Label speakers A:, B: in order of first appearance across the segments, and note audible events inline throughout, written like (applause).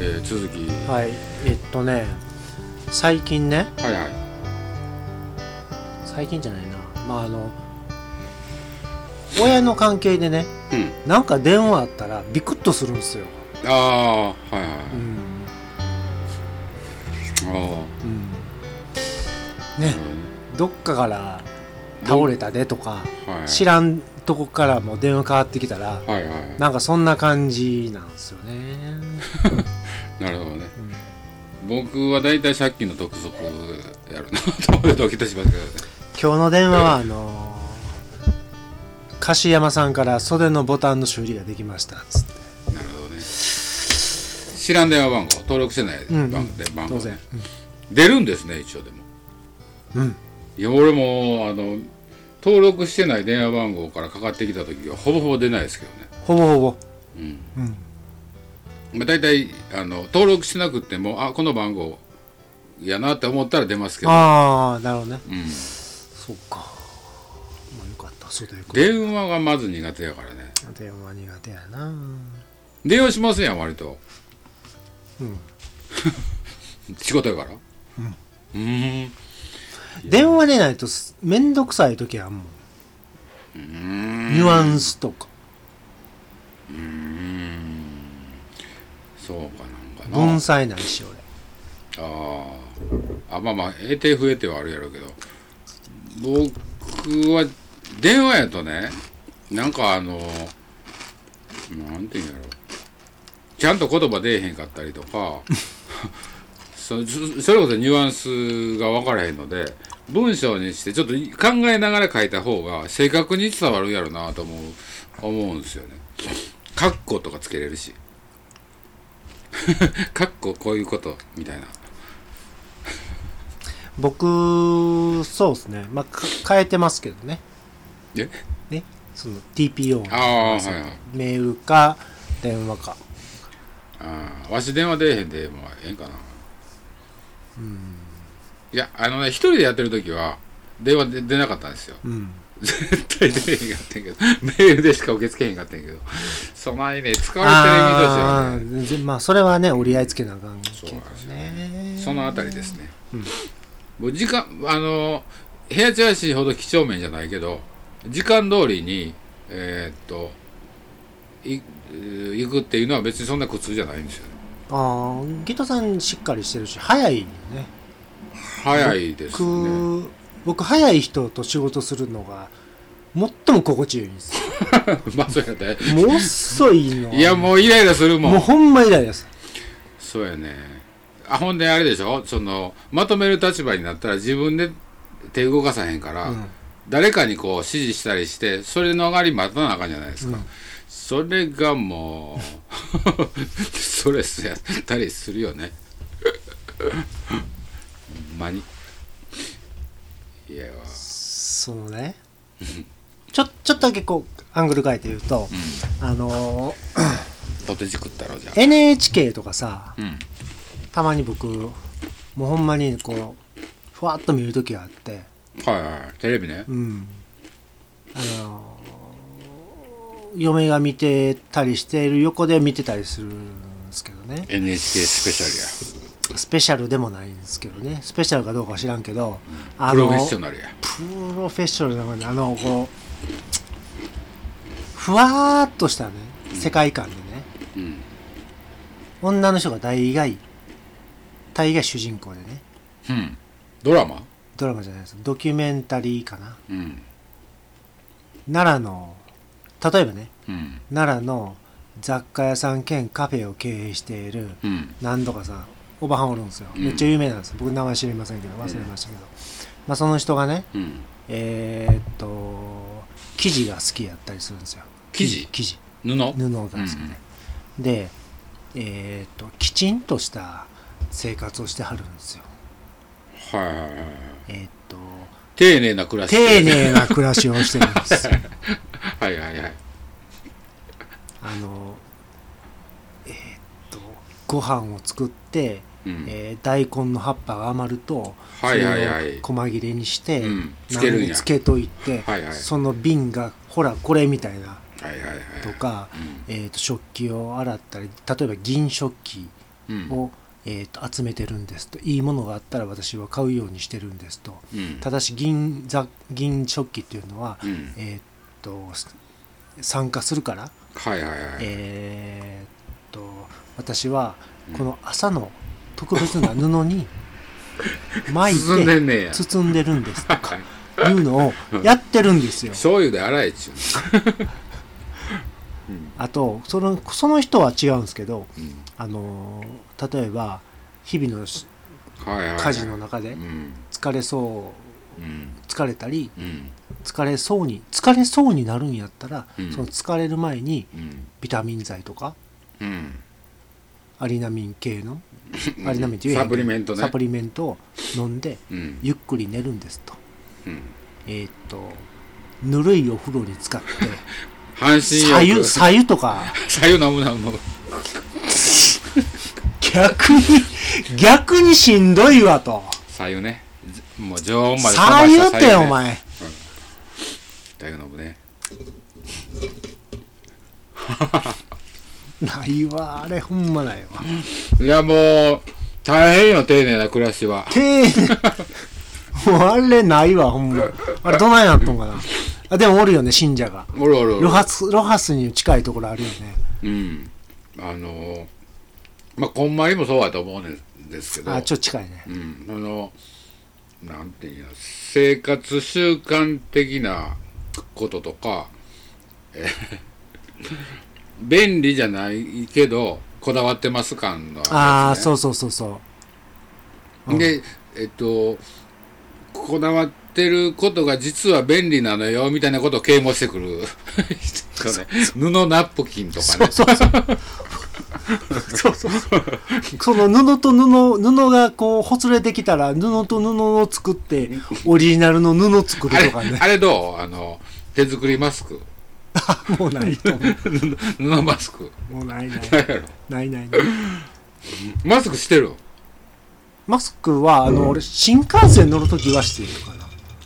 A: えー続き
B: はいえっとね最近ね
A: はいはい
B: 最近じゃないなまああの親の関係でね
A: うん
B: なんか電話あったらビクッとするんですよ
A: ああはいはい
B: うん
A: あ
B: うん
A: あ
B: ねどっかから倒れたでとか
A: はい
B: 知らんとこからも電話かかってきたら
A: はいはい
B: なんかそんな感じなんですよね、
A: なるほどね
B: うん
A: 僕は大体借金の督促やるなと思ってドキッとしますけどね
B: 今日の電話はあのー樫山さんから袖のボタンの修理ができましたっつって
A: なるほどね知らん電話番号登録してない
B: うんうん
A: 番号で番号
B: 当
A: ね
B: 然
A: 出るんですね一応でも
B: うん、うん
A: いや俺もあの登録してない電話番号からかかってきた時はほぼほぼ出ないですけどね
B: ほぼほぼ
A: うん
B: うん
A: まあ、大体あの登録しなくてもあこの番号やなって思ったら出ますけど、
B: ああなるほどね
A: うん、
B: そうかまあよかった袖く
A: 電話がまず苦手やからね
B: 電話苦手やな
A: 電話しますやん割と
B: うん
A: (laughs) 仕事やからうんん
B: 電話でないとすめんどくさい時はも
A: う
B: う
A: ーん
B: ニュアンスとか
A: そうかなんかな
B: 文才ないし俺
A: あーあまあまあ得て増えてはあるやろうけど僕は電話やとねなんかあのなんていうんやろちゃんと言葉出えへんかったりとか (laughs) そそそれこそニュアンスが分からへんので文章にしてちょっと考えながら書いた方が正確に伝わるやろなと思う思うんですよね。カッコとかつけれるし。カッコこういうことみたいな。
B: 僕そうですねまあか変えてますけどね
A: え
B: ねその TPO
A: ああはいはい
B: メールか電話か
A: ああわし電話出えへんでもうええんかなうんいやあのね一人でやってる時は電話で出なかったんですよ
B: うん
A: 絶対出えへんかったんやけどメールでしか受け付けへんかったんやけどそないね使われてる意味としてはね
B: あーぜまあそれはね折り合いつけなあかんけ
A: そうなんです
B: ど
A: よ
B: ね
A: そのあたりですね、
B: うん
A: もう時間あの部屋チャーシーほど几帳面じゃないけど時間通りにえーっとい行くっていうのは別にそんな苦痛じゃないんですよね
B: ああギトさんしっかりしてるし早いよね
A: 早いですね
B: 僕僕早い人と仕事するのが最も心地いいんですよ
A: (laughs) まあそうやね
B: もう遅いのはい
A: やもうイライラするもん
B: もうほんまイライラです
A: そうやねあほんであれでしょそのまとめる立場になったら自分で手動かさへんから、
B: うん
A: 誰かにこう指示したりしてそれの上がり待たなあかんじゃないですか、
B: うん
A: それがもう (laughs) ストレスやったりするよねほんまにいや
B: そのねちょちょっとだけこうアングル変えて言うと、あのー
A: ポテチ食ったろじゃあ
B: NHK とかさ
A: うん
B: たまに僕もうほんまにこうふわっと見る時があって
A: はいはいテレビね
B: うんあのー嫁が見てたりしている横で見てたりするんですけどね
A: NHK スペシ
B: スペシャルでもないんですけどねスペシャルかどうかは知らんけど、
A: ャ
B: あ
A: ルやプロ
B: の
A: フェッショナルや
B: プロフェッショナルなのにあのこうふわーっとしたね世界観でね
A: うん
B: 女の人が大概大概主人公でね
A: うんドラマ
B: ドラマじゃないですドキュメンタリーかな
A: うん
B: 奈良の例えばね
A: うん
B: 奈良の雑貨屋さん兼カフェを経営している
A: うん
B: 何とかさんおばはんおるんですよ
A: うん
B: めっちゃ有名なんです僕名前知りませんけど忘れましたけど、まあ、その人がね
A: うん
B: えーっと生地が好きやったりするんですよ
A: 生地
B: 生地
A: 布
B: 布なんですよね、でえーっときちんとした生活をしてはるんですよ
A: はいはいはいはい
B: えーっと
A: 丁寧な暮らし
B: 丁寧な暮らしをしてるんです
A: (laughs) はいはいはい
B: あのえーっとご飯を作って、
A: うん
B: えー大根の葉っぱが余ると
A: はいはいはい
B: それを細切れにして、
A: うんつけ
B: 鍋
A: るんや
B: につけといて、
A: はいはい
B: その瓶がほらこれみたいな
A: はいはいはい
B: とか、
A: うん
B: えーっと食器を洗ったり例えば銀食器
A: うん
B: を、えー、と集めてるんですといいものがあったら私は買うようにしてるんですと
A: うん
B: ただし銀座銀食器っていうのは、
A: うん
B: えーっと参加するから、
A: はいはいはい、
B: えーっと私は
A: うん
B: この朝の特別な布に
A: (laughs)
B: 巻い
A: 進ん
B: て
A: でんねや
B: 包んでるんですとかいうのをやってるんですよ。
A: 醤油で洗えっちゅうね
B: あとそのその人は違うんですけど、
A: うん、
B: あのー例えば日々のし
A: うん、はいはい、はい、
B: 家事の中で
A: うん
B: 疲れそう
A: うん
B: 疲れたり
A: うん
B: 疲れそうに疲れそうになるんやったら、
A: うん
B: その疲れる前に
A: うん
B: ビタミン剤とか
A: うん
B: アリナミン系の
A: うん
B: アリナミンっていう
A: サプリメントね
B: サプリメントを飲んで
A: うん
B: ゆっくり寝るんですと
A: うん
B: えーっとぬるいお風呂に使って
A: (laughs) 半身
B: 左
A: 浴
B: 右左右とか
A: 左右飲む飲む (laughs)
B: 逆に逆にしんどいわと
A: 左右ねずもう常温まで
B: 左右っ
A: 冷ました
B: て
A: ね
B: お前
A: 左右飲むね
B: ないわあれほんまないわ
A: いやもう大変よ丁寧な暮らしは
B: 丁寧 (laughs) もうあれないわほんまあれどないなっとんかなあでもおるよね信者が
A: おるおるおる
B: ロハスロハスに近いところあるよね
A: うんあのまあこんまりもそうやと思うねんですけど
B: あちょっと近いね
A: うん、あのなんていうの生活習慣的なこととか、えー (laughs) 便利じゃないけどこだわってます感の
B: ああそううそうそうそううん
A: でえっとこだわってることが実は便利なのよみたいなことを啓蒙してく
B: (laughs)
A: る人ね (laughs) 布ナプキンとか
B: そ
A: ね
B: うそうそうそうそうそうその布と布布がこうほつれてきたら布と布を作 (laughs) ってオリジナルの布作
A: あ
B: る
A: れ
B: とかね
A: あれどうあの手作りマスク
B: もうないと思
A: 布マスク
B: うもうないない
A: 何やろ
B: ないないない
A: マスクしてる
B: マスクはあの、俺新幹線乗るときはしている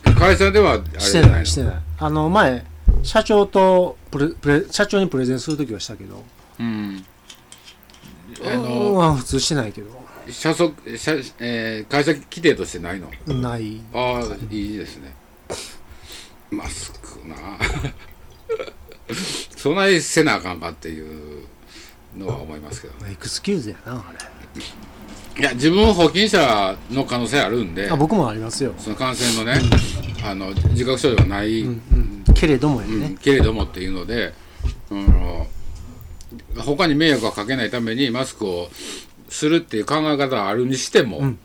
B: かな
A: 会社ではあれ
B: し
A: じ
B: て
A: ゃ
B: ない
A: ないの
B: してないあの前社長とプレプレ社長にプレゼンするときはしたけど
A: うん
B: あ
A: あの
B: の普通してないけど
A: 社則社、えー会社規定としてないの
B: ない
A: ああいいですねマスクな (laughs) そないせなあかんかっていうのは思いますけどね
B: エクスキューズやなあ
A: いや自分保菌者の可能性あるんで
B: れあ僕もありますよ、
A: その感染のねあの自覚症状はない、
B: うんうん、けれどもやね、
A: うんけれどもっていうので、うん、他に迷惑はかけないためにマスクをするっていう考え方はあるにしても、
B: うん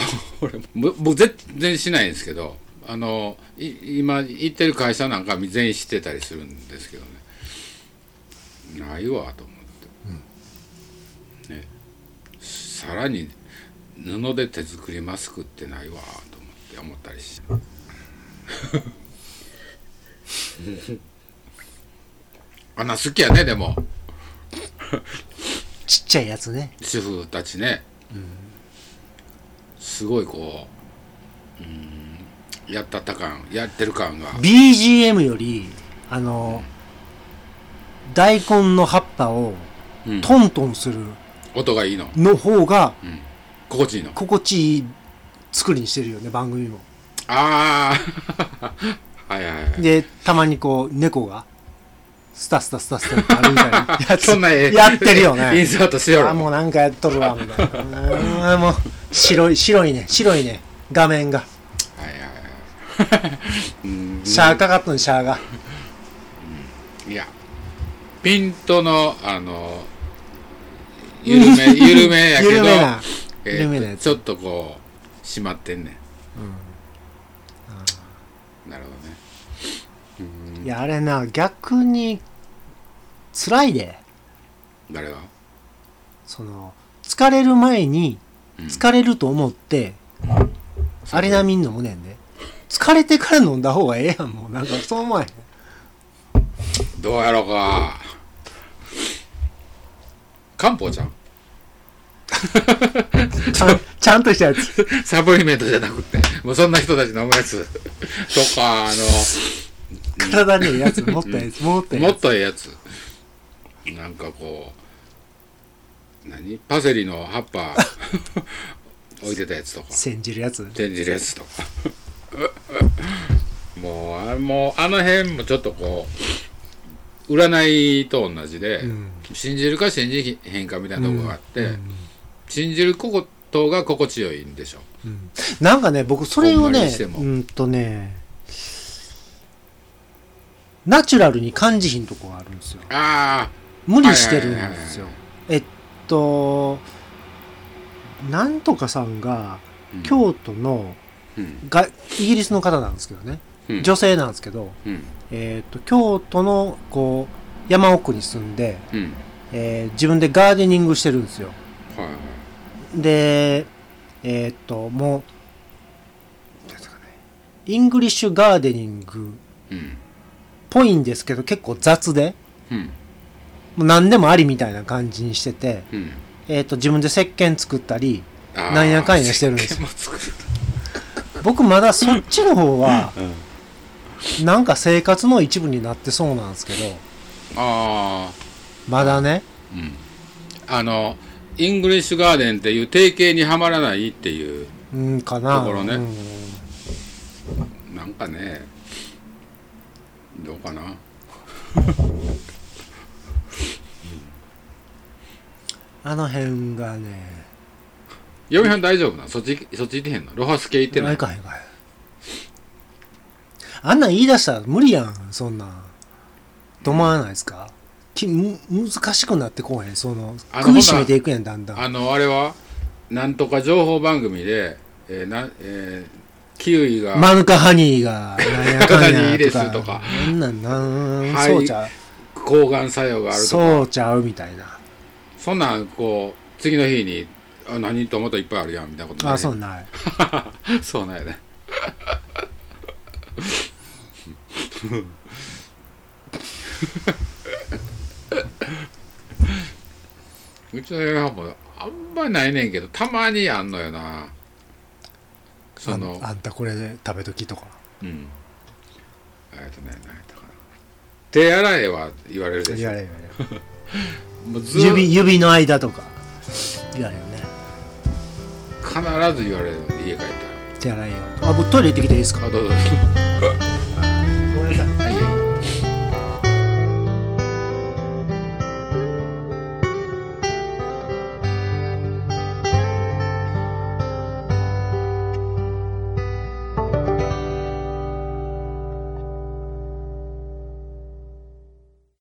A: (laughs) 俺も僕全然しないんですけどあのい今行ってる会社なんか全員知ってたりするんですけどねないわと思って、ねさらに布で手作りマスクってないわと思って思ったりして。あんな好きやねでも
B: ちっちゃいやつね
A: 主婦たちね、すごいこう、うん、やったった感やってる感が
B: BGM よりあの大根の葉っぱを
A: うん
B: トントンする
A: 音がいいの
B: の方が
A: 心地いいの
B: 心地いい作りにしてるよね番組も
A: ああ (laughs) はいはいはい
B: でたまにこう猫がスタスタスタスタって歩いたりや
A: (laughs)
B: つ
A: そんな絵
B: やってるよ
A: イン
B: ね
A: サートしよ
B: あ
A: る
B: もうなんかやっとるわみたいなうーんもう白い白いね白いね画面が
A: はいはいはいうん
B: シャーかかっとんシャーが
A: いやピントのあの緩め緩めやけど
B: (laughs) 緩めな
A: えー
B: 緩めなやつ
A: ちょっとこう締まってんねんなるほどね
B: いやあれな逆に辛いで
A: 誰が
B: その疲れる前に
A: うん
B: 疲れると思って、アリナミン飲むねんで疲れてから飲んだ方がええやんもうなんかそう思わへん
A: どうやろうか漢方じゃん
B: ちゃんちゃんとしたやつ
A: サプリメントじゃなくてもうそんな人たち飲むやつとかあ
B: 体にいいやつ (laughs) もっとええやつもっと
A: の
B: ええ
A: も
B: や
A: っとええやつなんかこう何パセリの葉っぱ置いてたやつとか
B: 煎じるやつ
A: 展示レースとか (laughs) もうあもうあの辺もちょっとこう占いと同じで、
B: うん
A: 信じるか信じへんかみたいなとこがあって、
B: うん
A: 信じることが心地よいんでしょ
B: うんなんかね僕それ
A: ほ
B: を
A: んま
B: ね
A: にしても
B: うんとねナチュラルに感じひんとこがあるんですよ
A: あ
B: 無理してるんですよ
A: はい
B: えっとなんとかさんが
A: あ、うん、
B: 京都の
A: うん
B: がイギリスの方なんですけどね
A: うん
B: 女性なんですけど、
A: うん
B: えっと京都のこう山奥に住んで、
A: うん
B: えー自分でガーデニングしてるんですよ
A: はいはい
B: でえーっともうなんですかねイングリッシュガーデニングっ
A: うん
B: ぽいんですけど結構雑で
A: うん
B: もう何でもありみたいな感じにしてて、
A: うん
B: えーっと自分で石鹸作ったり
A: あー
B: なんやかんやしてるんです
A: 石鹸も作る
B: 僕まだそっちの方は
A: うん
B: なんか生活の一部になってそうなんですけど
A: ああ
B: まだね
A: うんあのイングリッシュガーデンっていう定型にはまらないっていう
B: うんかな
A: ところね
B: うん
A: なんかねどうかな
B: あの辺がね
A: 嫁はん大丈夫なのそっちそっち行ってへんのロハス系行って
B: あ
A: ない
B: いかんいかんあんなん言い出したら無理やんそんなんと思わないですか、きむ難しくなってこうへんその
A: あの
B: 首絞めていくやんだんだん
A: あのあれはなんとか情報番組で、えーなえーキウイが、
B: マヌカハニーがなんやかん
A: 体にい
B: や
A: いです
B: と
A: と
B: か
A: か
B: なんなんなん、
A: はい
B: そうちゃ
A: 抗がん作用が
B: う
A: あるとか
B: そうちゃうみたいな
A: そんなんこう次の日にあ何と思ったらいっぱいあるやんみたいなこと
B: あそう
A: う
B: ない
A: (laughs) そうなんやねうちの嫁はんもあんまないねんけどたまにあんのよなそ
B: あ
A: の
B: んあんたこれで食べときとか
A: うん。あれとね、何やったかな。手洗えは言われるでし
B: 言
A: ょ
B: わ。れる言わ
A: もうず
B: れる
A: 指
B: 指指の間とか言われるね
A: 必ず言われるの家帰ったら。
B: (laughs) 手洗いよあ僕トイレ行ってきていいですか
A: あ、どうぞ。
B: ごめんなさい
A: はい